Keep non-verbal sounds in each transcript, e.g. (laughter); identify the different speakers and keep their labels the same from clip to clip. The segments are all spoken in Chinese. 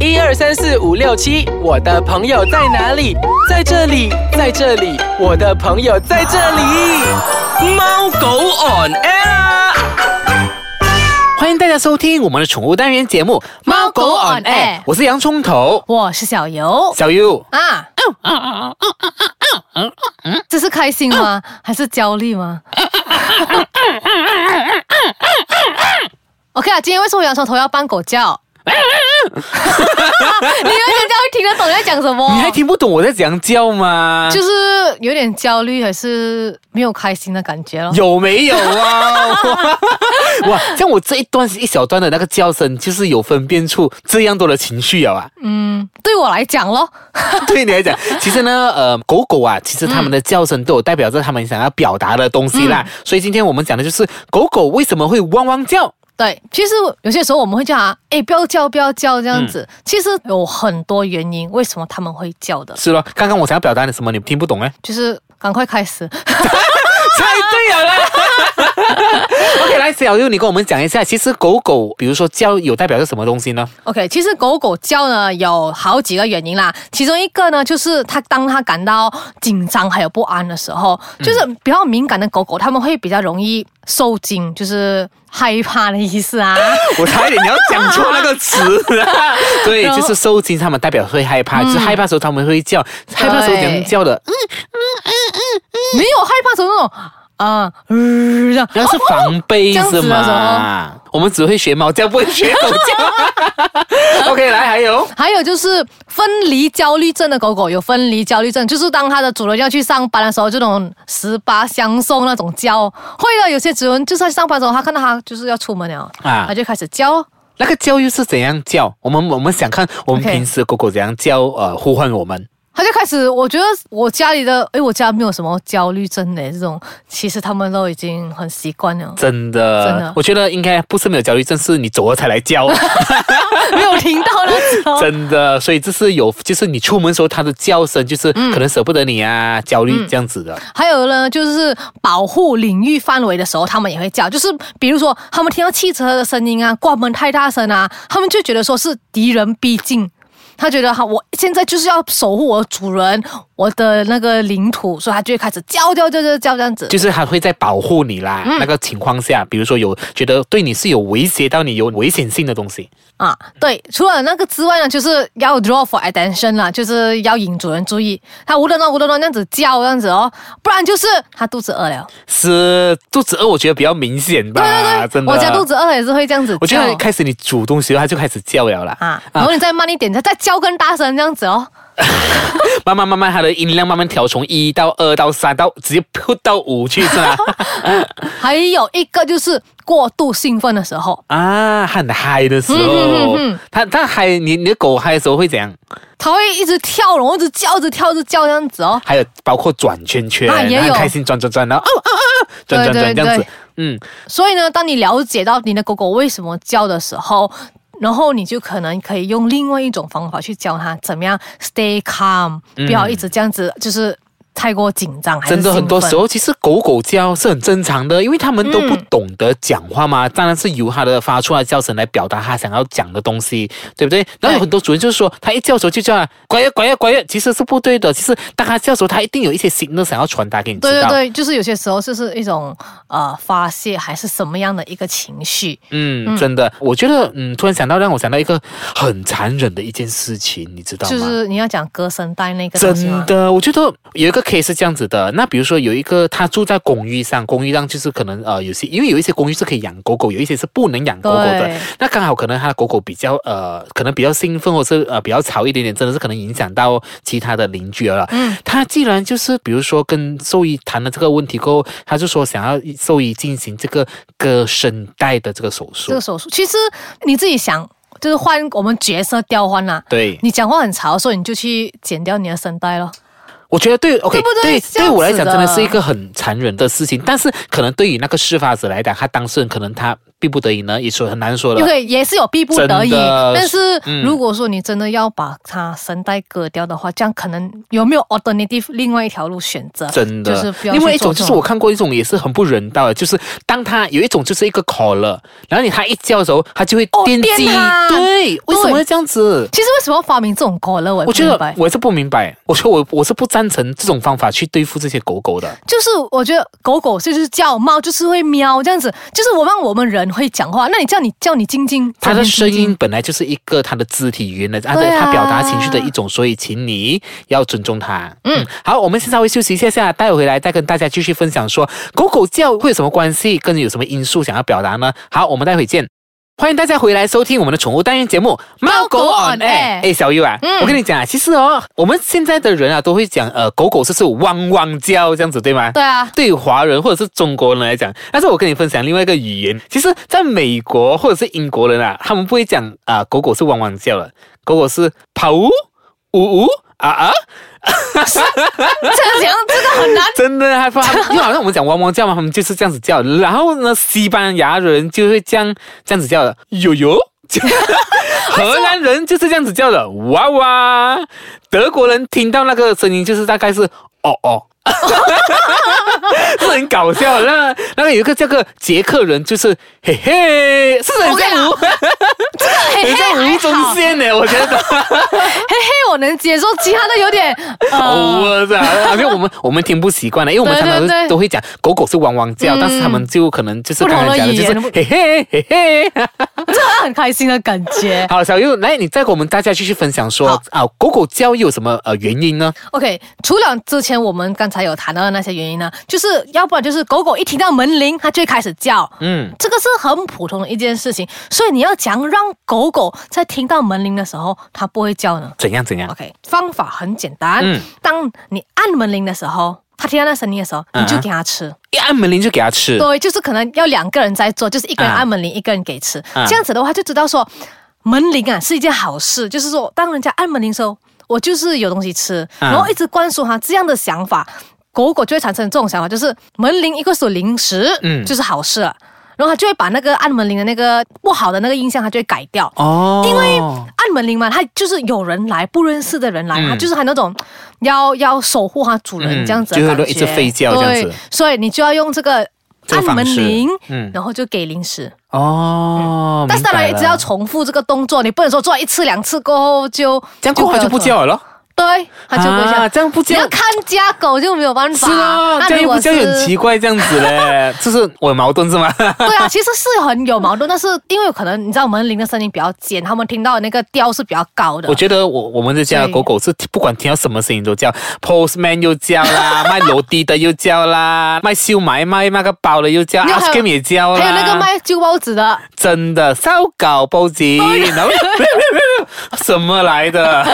Speaker 1: 一二三四五六七，我的朋友在哪里？在这里，在这里，我的朋友在这里。
Speaker 2: 猫狗 on air 啊。
Speaker 3: 欢迎大家收听我们的宠物单元节目《
Speaker 4: 猫狗 on air
Speaker 3: 我是洋葱头，
Speaker 4: 我是小游
Speaker 3: 小 U。
Speaker 4: 啊。这是开心吗？还是焦虑 (laughs) 吗？OK 啊，今天为什么洋葱头要扮狗 (laughs) 叫？你以为人家会听得懂你在讲什么？
Speaker 3: 你还听不懂我在怎样叫吗？
Speaker 4: 哦就是有点焦虑，还是没有开心的感觉咯。
Speaker 3: 有没
Speaker 4: (laughs)
Speaker 3: 有啊？哇，像我这一段一小段的那个叫声，就是有分辨出这样多的情绪了啊。
Speaker 4: 对我来讲咯，
Speaker 3: 对你
Speaker 4: (laughs)
Speaker 3: 来讲，其实呢，呃，狗狗啊，其实它们的叫声都有代表着它们想要表达的东西
Speaker 4: 嗯
Speaker 3: 啦。所以今天我们讲的就是狗狗为什么会汪汪叫。
Speaker 4: 对，其实有些时候我们会叫啊，哎，不要叫，不要叫这样子。
Speaker 3: 嗯
Speaker 4: 其实有很多原因，为什么他们会叫的，
Speaker 3: 是咯，刚刚我想要表达的什么，你听
Speaker 4: (laughs)
Speaker 3: 不懂哎、
Speaker 4: 就是赶快开始。
Speaker 3: 猜对了啦。OK，来
Speaker 4: (laughs)
Speaker 3: (laughs) 小优，你跟我们讲一下，其实狗狗，比如说叫，有代表着什么东西呢？
Speaker 4: OK，其实狗狗叫呢有好几个原因啦，其中一个呢就是它当它感到紧张还有不安的时候，就是比较敏感的狗狗，它们会比较容易受惊，就是害怕的意思啊。 (laughs)
Speaker 3: (laughs) 我差一点你要讲错那个词， (laughs) 对，就是受惊，他们代表会害怕，就是害怕的时候他们会叫，害怕的时候怎样叫的？
Speaker 4: 没有害怕什么那种啊，呃这样
Speaker 3: 那是防备
Speaker 4: 这样子
Speaker 3: 是
Speaker 4: 的时
Speaker 3: 吗？我们只会学猫叫，不会学狗 (laughs) 叫。OK，来，还有
Speaker 4: 还有就是分离焦虑症的狗狗有分离焦虑症，就是当它的主人要去上班的时候，这种十八相送那种叫。会的，有些主人就是在上班的时候，他看到他就是要出门了，
Speaker 3: 啊
Speaker 4: 他，就开始叫。
Speaker 3: 那个叫又是怎样叫？我们我们想看我们
Speaker 4: OK
Speaker 3: 平时狗狗怎样叫，呃，呼唤我们。，
Speaker 4: 他就开始，我觉得我家里的，诶，我家没有什么焦虑症的这种，其实他们都已经很习惯了 (laughs)
Speaker 3: 真的，
Speaker 4: 真的
Speaker 3: 我觉得应该不是没有焦虑症，是你走了才来 (laughs) 叫，
Speaker 4: 没有听到那种。
Speaker 3: (laughs) 真的。所以这是有，就是你出门的时候它的叫声，就是可能舍不得你啊，焦虑这样子的。
Speaker 4: 还有呢，就是保护领域范围的时候，他们也会叫，就是比如说他们听到汽车的声音啊，关门太大声啊，他们就觉得说是敌人逼近。他觉得哈，我现在就是要守护我的主人，我的那个领土，所以他就会开始叫叫叫叫叫这样子。
Speaker 3: 就是它会在保护你啦，
Speaker 4: 嗯
Speaker 3: 那个情况下，比如说有觉得对你是有威胁到你有危险性的东西，
Speaker 4: 啊，对，除了那个之外呢，就是要 draw for attention 啦，就是要引主人注意。它无论呢无论呢那样子叫这样子哦，不然就是它肚子饿了。
Speaker 3: 是肚子饿，我觉得比较明显吧，
Speaker 4: 对对对，
Speaker 3: 啊真的。
Speaker 4: 我家肚，子饿了也是会这样子叫。
Speaker 3: 我觉得开始你煮东西，它就开始叫了啦。
Speaker 4: 啊，然后你再慢一点，再再叫更大声这样子哦。
Speaker 3: 慢慢慢慢，它的音量慢慢调从一到二到三到直接扑到五去
Speaker 4: (laughs)
Speaker 3: 是吧？
Speaker 4: 还有一个就是过度兴奋的时候，
Speaker 3: 啊，很嗨的
Speaker 4: 嗯
Speaker 3: 时候，它它嗨，你你的狗嗨的时候会怎样？
Speaker 4: 它会一直跳，然后一直叫，一直跳，一直叫这样子哦。
Speaker 3: 还有包括转圈圈，
Speaker 4: 啊也有
Speaker 3: 它很开心转转转，然后啊啊啊，转
Speaker 4: 对
Speaker 3: 转
Speaker 4: 对
Speaker 3: 转这样子
Speaker 4: 对，
Speaker 3: 嗯，
Speaker 4: 所以呢，当你了解到你的狗狗为什么叫的时候，然后你就可能可以用另外一种方法去教它怎么样 stay calm，、不要一直这样子，就是太过紧张。还是
Speaker 3: 嗯真的很多时
Speaker 4: 兴奋
Speaker 3: 候，其实狗狗叫是很正常的，因为它们都不懂得讲话嘛，
Speaker 4: 嗯
Speaker 3: 当然是由它的发出来的叫声来表达它想要讲的东西，对不对？然后有很多主人就是说，它一叫的时候就叫它乖呀乖呀乖呀，其实是不对的。其实当它叫的时候，它一定有一些信号想要传达给你知
Speaker 4: 对
Speaker 3: 道。
Speaker 4: 对对，就是有些时候就是一种呃发泄，还是什么样的一个情绪。
Speaker 3: 嗯，真的，我觉得，嗯，突然想到让我想到一个很残忍的一件事情，你知道吗？
Speaker 4: 就是你要讲歌声带那个东西吗
Speaker 3: 啊真的，我觉得有一个 case 是这样子的。那比如说有一个他住在公寓上，公寓上就是可能呃有些，因为有一些公寓是可以养狗狗，有一些是不能养狗狗的
Speaker 4: 对。
Speaker 3: 那刚好可能他的狗狗比较呃，可能比较兴奋，或者是呃比较吵一点点，真的是可能影响到其他的邻居了。嗯，他既然就是比如说跟兽医谈了这个问题过后，他就说想要兽医进行这个割声带的这个手术
Speaker 4: 这个。手术，其实你自己想，就是换我们角色调换啦、
Speaker 3: 对，
Speaker 4: 你讲话很吵的时候，你就去剪掉你的声带咯。
Speaker 3: 我觉得对，OK，
Speaker 4: 对不对是这样
Speaker 3: 对我来
Speaker 4: 子
Speaker 3: 讲真的
Speaker 4: 的
Speaker 3: 是一个很残忍的事情，但是可能对于那个事发者来讲，他当事人可能他逼不得已呢，也说很难说了。
Speaker 4: 对，也是有逼不得已。
Speaker 3: 真的
Speaker 4: 但是
Speaker 3: 嗯
Speaker 4: 如果说你真的要把它声带割掉的话，这样可能有没有 alternative 另外一条路选择？
Speaker 3: 真的，
Speaker 4: 就是不要去
Speaker 3: 另外一种
Speaker 4: 做这
Speaker 3: 就是我看过一种也是很不人道的，就是当他有一种就是一个 call 了，然后你他一叫的时候，他就会
Speaker 4: 哦
Speaker 3: 电击，
Speaker 4: 电他
Speaker 3: 对，为什么
Speaker 4: 对
Speaker 3: 会这样子？
Speaker 4: 其实为什么要发明这种歌呢？我也
Speaker 3: 我
Speaker 4: 不
Speaker 3: 觉
Speaker 4: 明
Speaker 3: 得
Speaker 4: 白。
Speaker 3: 我是不明白，我觉得我我是不赞成这种方法去对付这些狗狗的。
Speaker 4: 就是我觉得狗狗就是叫，猫就是会喵这样子，就是我让我们人会讲话。那你叫你叫你晶晶，
Speaker 3: 它的
Speaker 4: 叫你晶
Speaker 3: 声
Speaker 4: 晶
Speaker 3: 音本来就是一个它的肢体语言的，它的
Speaker 4: 对啊
Speaker 3: 它表达情绪的一种，所以请你要尊重它。嗯，好，我们先稍微休息一下下，待会回来再跟大家继续分享说狗狗叫会有什么关系，跟你有什么因素想要表达呢？好，我们待会见。欢迎大家回来收听我们的宠物单元节目《猫狗
Speaker 4: 狗
Speaker 3: on
Speaker 4: on
Speaker 3: air》。
Speaker 4: air 嗯
Speaker 3: 哎，小玉啊，我跟你讲啊，其实哦，我们现在的人啊都会讲，呃，狗狗就是汪汪叫这样子，对吗？
Speaker 4: 对啊，
Speaker 3: 对于华人或者是中国人来讲，但是我跟你分享另外一个语言，其实在美国或者是英国人啊，他们不会讲啊、狗狗是汪汪叫的，狗狗是跑呜呜呜啊啊，
Speaker 4: 这个讲这个
Speaker 3: (laughs)
Speaker 4: 很难。
Speaker 3: 真的害怕，因为好像我们讲汪汪叫嘛，他们就是这样子叫。然后呢，西班牙人就会这样这样子叫的，呦呦。 (laughs) 荷兰人就是这样子叫的，哇哇。德国人听到那个声音，就是大概是哦哦。 (laughs) 是很搞笑的，那那个有一个叫个捷克人，就是嘿嘿，是很像吴，
Speaker 4: 嘿
Speaker 3: (laughs) 很像
Speaker 4: 嘿
Speaker 3: 吴宗宪呢，我觉得。
Speaker 4: 嘿嘿，我能接受，其他的有点
Speaker 3: (laughs) 哦，
Speaker 4: 呃，
Speaker 3: 我的，好像我们我们听不习惯了，因为我们常
Speaker 4: 对对
Speaker 3: 常都
Speaker 4: 对
Speaker 3: 都会讲狗狗是汪汪叫，
Speaker 4: 嗯
Speaker 3: 但是他们就可能就是
Speaker 4: 不
Speaker 3: 刚
Speaker 4: 同的
Speaker 3: 才讲的，
Speaker 4: 语
Speaker 3: 就是
Speaker 4: 言
Speaker 3: 嘿嘿嘿嘿。
Speaker 4: 这个很开心的感觉。
Speaker 3: 好，小优，来，你再给我们大家继续分享说
Speaker 4: 好
Speaker 3: 啊，狗狗叫又有什么呃原因呢？
Speaker 4: OK，除了之前我们刚才有谈到的那些原因呢，就是要不然就是狗狗一听到门铃，它就会开始叫，
Speaker 3: 嗯，
Speaker 4: 这个是很普通的一件事情。所以你要讲让狗狗在听到门铃的时候，它不会叫呢
Speaker 3: 怎样怎样？
Speaker 4: ？OK，方法很简单，
Speaker 3: 嗯
Speaker 4: 当你按门铃的时候，它听到那声音的时候，
Speaker 3: 嗯
Speaker 4: 你就给它吃。
Speaker 3: 一哎按门铃就给它吃，
Speaker 4: 对，就是可能要两个人在做，就是一个人
Speaker 3: 啊
Speaker 4: 按门铃，一个人给吃。
Speaker 3: 啊
Speaker 4: 这样子的话，就知道说门铃啊是一件好事，就是说当人家按门铃的时候，我就是有东西吃，
Speaker 3: 啊
Speaker 4: 然后一直灌输他这样的想法，狗狗就会产生这种想法，就是门铃一个是零食，
Speaker 3: 嗯
Speaker 4: 就是好事了。然后他就会把那个按门铃的那个不好的那个印象，他就会改掉。
Speaker 3: 哦，
Speaker 4: 因为按门铃嘛，他就是有人来，不认识的人来，
Speaker 3: 嗯
Speaker 4: 他就是还那种要要守护他主人
Speaker 3: 嗯
Speaker 4: 这样子的感觉，
Speaker 3: 就是一直吠叫这样子
Speaker 4: 对，所以你就要用这个
Speaker 3: 这个
Speaker 4: 按
Speaker 3: 方式
Speaker 4: 门铃，
Speaker 3: 嗯
Speaker 4: 然后就给零食。
Speaker 3: 哦，
Speaker 4: 嗯但是当然一
Speaker 3: 明白了
Speaker 4: 直要重复这个动作，你不能说做一次两次过后就
Speaker 3: 这样过后它就不，
Speaker 4: 会有
Speaker 3: 叫了咯，
Speaker 4: 对，它就不叫。
Speaker 3: 啊这样不
Speaker 4: 你
Speaker 3: 叫
Speaker 4: 要。看家狗就没有办
Speaker 3: 是
Speaker 4: 法，
Speaker 3: 哦，
Speaker 4: 那
Speaker 3: 这
Speaker 4: 如
Speaker 3: 样又
Speaker 4: 果
Speaker 3: 不叫
Speaker 4: 是
Speaker 3: 很奇怪，这样子嘞， (laughs) 就是我有矛盾是吗？
Speaker 4: (laughs) 对啊，其实是很有矛盾，但是因为可能你知道门铃的声音比较尖，他们听到的那个调是比较高的。
Speaker 3: 我觉得我我们这家的
Speaker 4: 对
Speaker 3: 狗狗是不管听到什么声音都叫，postman 又叫
Speaker 4: (laughs)
Speaker 3: 啦，卖楼梯的又叫啦，卖秀买卖那个包的又叫
Speaker 4: 那还
Speaker 3: ，ice
Speaker 4: 有
Speaker 3: cream 也叫啦，
Speaker 4: 还有那个卖旧包子的，
Speaker 3: 真的烧狗包子，然后 (laughs) 什么来的？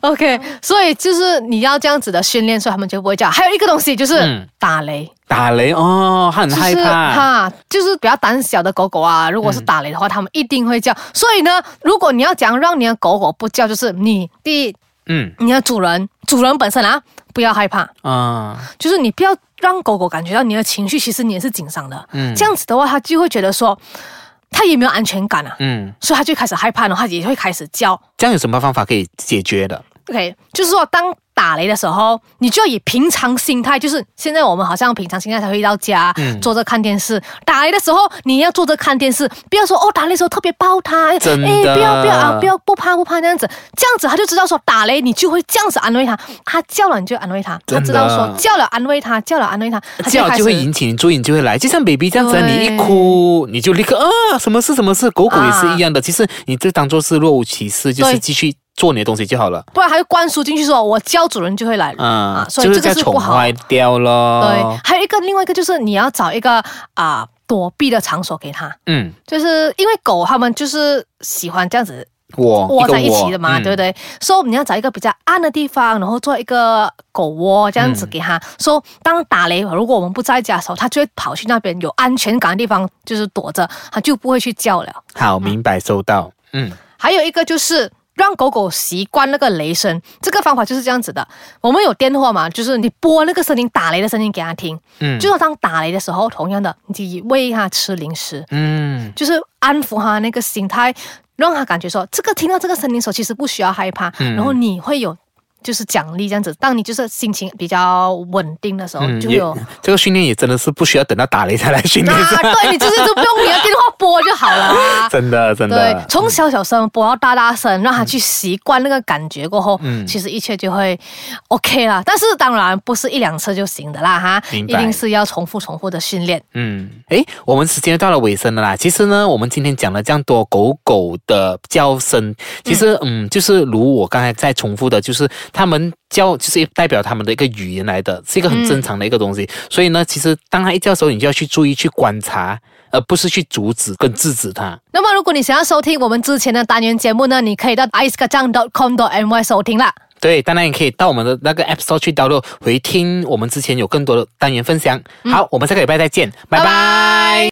Speaker 4: OK，所以就是你要这样子的训练，所以他们就不会叫。还有一个东西就是、
Speaker 3: 嗯
Speaker 4: 打雷，
Speaker 3: 打雷哦，它很
Speaker 4: 就
Speaker 3: 害
Speaker 4: 是
Speaker 3: 怕。嗯
Speaker 4: 哈，就是比较胆小的狗狗啊，如果是打雷的话，它们一定会叫。所以呢，如果你要讲让你的狗狗不叫，就是你第一，
Speaker 3: 嗯
Speaker 4: 你的主人，主人本身啊，不要害怕，
Speaker 3: 啊，
Speaker 4: 就是你不要让狗狗感觉到你的情绪，其实你也是紧张的。
Speaker 3: 嗯
Speaker 4: 这样子的话，它就会觉得说，它也没有安全感啊，
Speaker 3: 嗯，
Speaker 4: 所以它就开始害怕，然后它也会开始叫。
Speaker 3: 这样有什么方法可以解决的？
Speaker 4: OK，就是说当打雷的时候，你就要以平常心态，就是现在我们好像平常心态才会到家，
Speaker 3: 嗯
Speaker 4: 坐着看电视。打雷的时候，你要坐着看电视，不要说哦，打雷的时候特别抱他，
Speaker 3: 真的
Speaker 4: 不要不要啊，不要不怕不怕那样子，这样子他就知道说打雷，你就会这样子安慰他，他叫了你就安慰他，
Speaker 3: 真
Speaker 4: 他
Speaker 3: 的
Speaker 4: 知道说叫了安慰他，叫了安慰他，他
Speaker 3: 叫
Speaker 4: 开
Speaker 3: 就会
Speaker 4: 始
Speaker 3: 引起你注意，你就会来，就像 baby 这样子啊，
Speaker 4: 对
Speaker 3: 你一哭你就立刻啊，什么事什么事，狗狗也是一样的。其实你就当做是若无其事，就是
Speaker 4: 对
Speaker 3: 继续做你的东西就好了。
Speaker 4: 不然他就灌输进去说，我叫主人就会来了、
Speaker 3: 嗯
Speaker 4: 啊，，所以
Speaker 3: 就是
Speaker 4: 这
Speaker 3: 在
Speaker 4: 个是
Speaker 3: 宠
Speaker 4: 不好。
Speaker 3: 坏哦掉
Speaker 4: 对
Speaker 3: 咯。，
Speaker 4: 还有一个另外一个就是你要找一个啊、躲避的场所给它，
Speaker 3: 对，嗯，
Speaker 4: 就是因为狗它们就是喜欢这样子
Speaker 3: 我
Speaker 4: 窝
Speaker 3: 个
Speaker 4: 在一起的嘛，
Speaker 3: 嗯
Speaker 4: 对不对？所、以你要找一个比较暗的地方，然后做一个狗窝这样子给它。所、以当打雷，如果我们不在家的时候，它就会跑去那边有安全感的地方，就是躲着，它就不会去叫了。
Speaker 3: 好，明白，收到。嗯，
Speaker 4: 还有一个就是让狗狗习惯那个雷声，这个方法就是这样子的。我们有电话嘛，就是你拨那个声音打雷的声音给它听，
Speaker 3: 嗯
Speaker 4: 就说当打雷的时候，同样的，你喂它吃零食，
Speaker 3: 嗯
Speaker 4: 就是安抚他那个心态，让他感觉说，这个听到这个声音的时候，其实不需要害怕，
Speaker 3: 嗯
Speaker 4: 然后你会有就是奖励这样子。当你就是心情比较稳定的时候，
Speaker 3: 嗯，
Speaker 4: 就
Speaker 3: 也
Speaker 4: 有。
Speaker 3: 这个训练也真的是不需要等到打雷才来训练，。
Speaker 4: 啊， (laughs) 对你就是就不用你的电话拨就好了啊
Speaker 3: (laughs) 真的真
Speaker 4: 对
Speaker 3: 的，。
Speaker 4: 从小小声播到大大声，让他去习惯那个感觉过后，
Speaker 3: 嗯
Speaker 4: 其实一切就会 OK 啦。但是当然不是一两次就行的啦哈，一
Speaker 3: 明白
Speaker 4: 定是要重复重复的训练。
Speaker 3: 嗯，诶，我们时间到了尾声了啦。其实呢，我们今天讲了这样多狗狗的叫声，其实嗯就是如我刚才在重复的，就是它们叫就是代表它们的一个语言来的，是一个很正常的一个东西。所以呢，其实当它一叫的时候，你就要去注意去观察，而不是去阻止跟制止它。
Speaker 4: 那么，如果你想要收听我们之前的单元节目呢，你可以到 i c e k a j a n g c o m m y 收听啦。
Speaker 3: 对，当然也可以到我们的那个 App Store 去 download 嗯回听，我们之前有更多的单元分享。好，我们下个礼拜再见，拜拜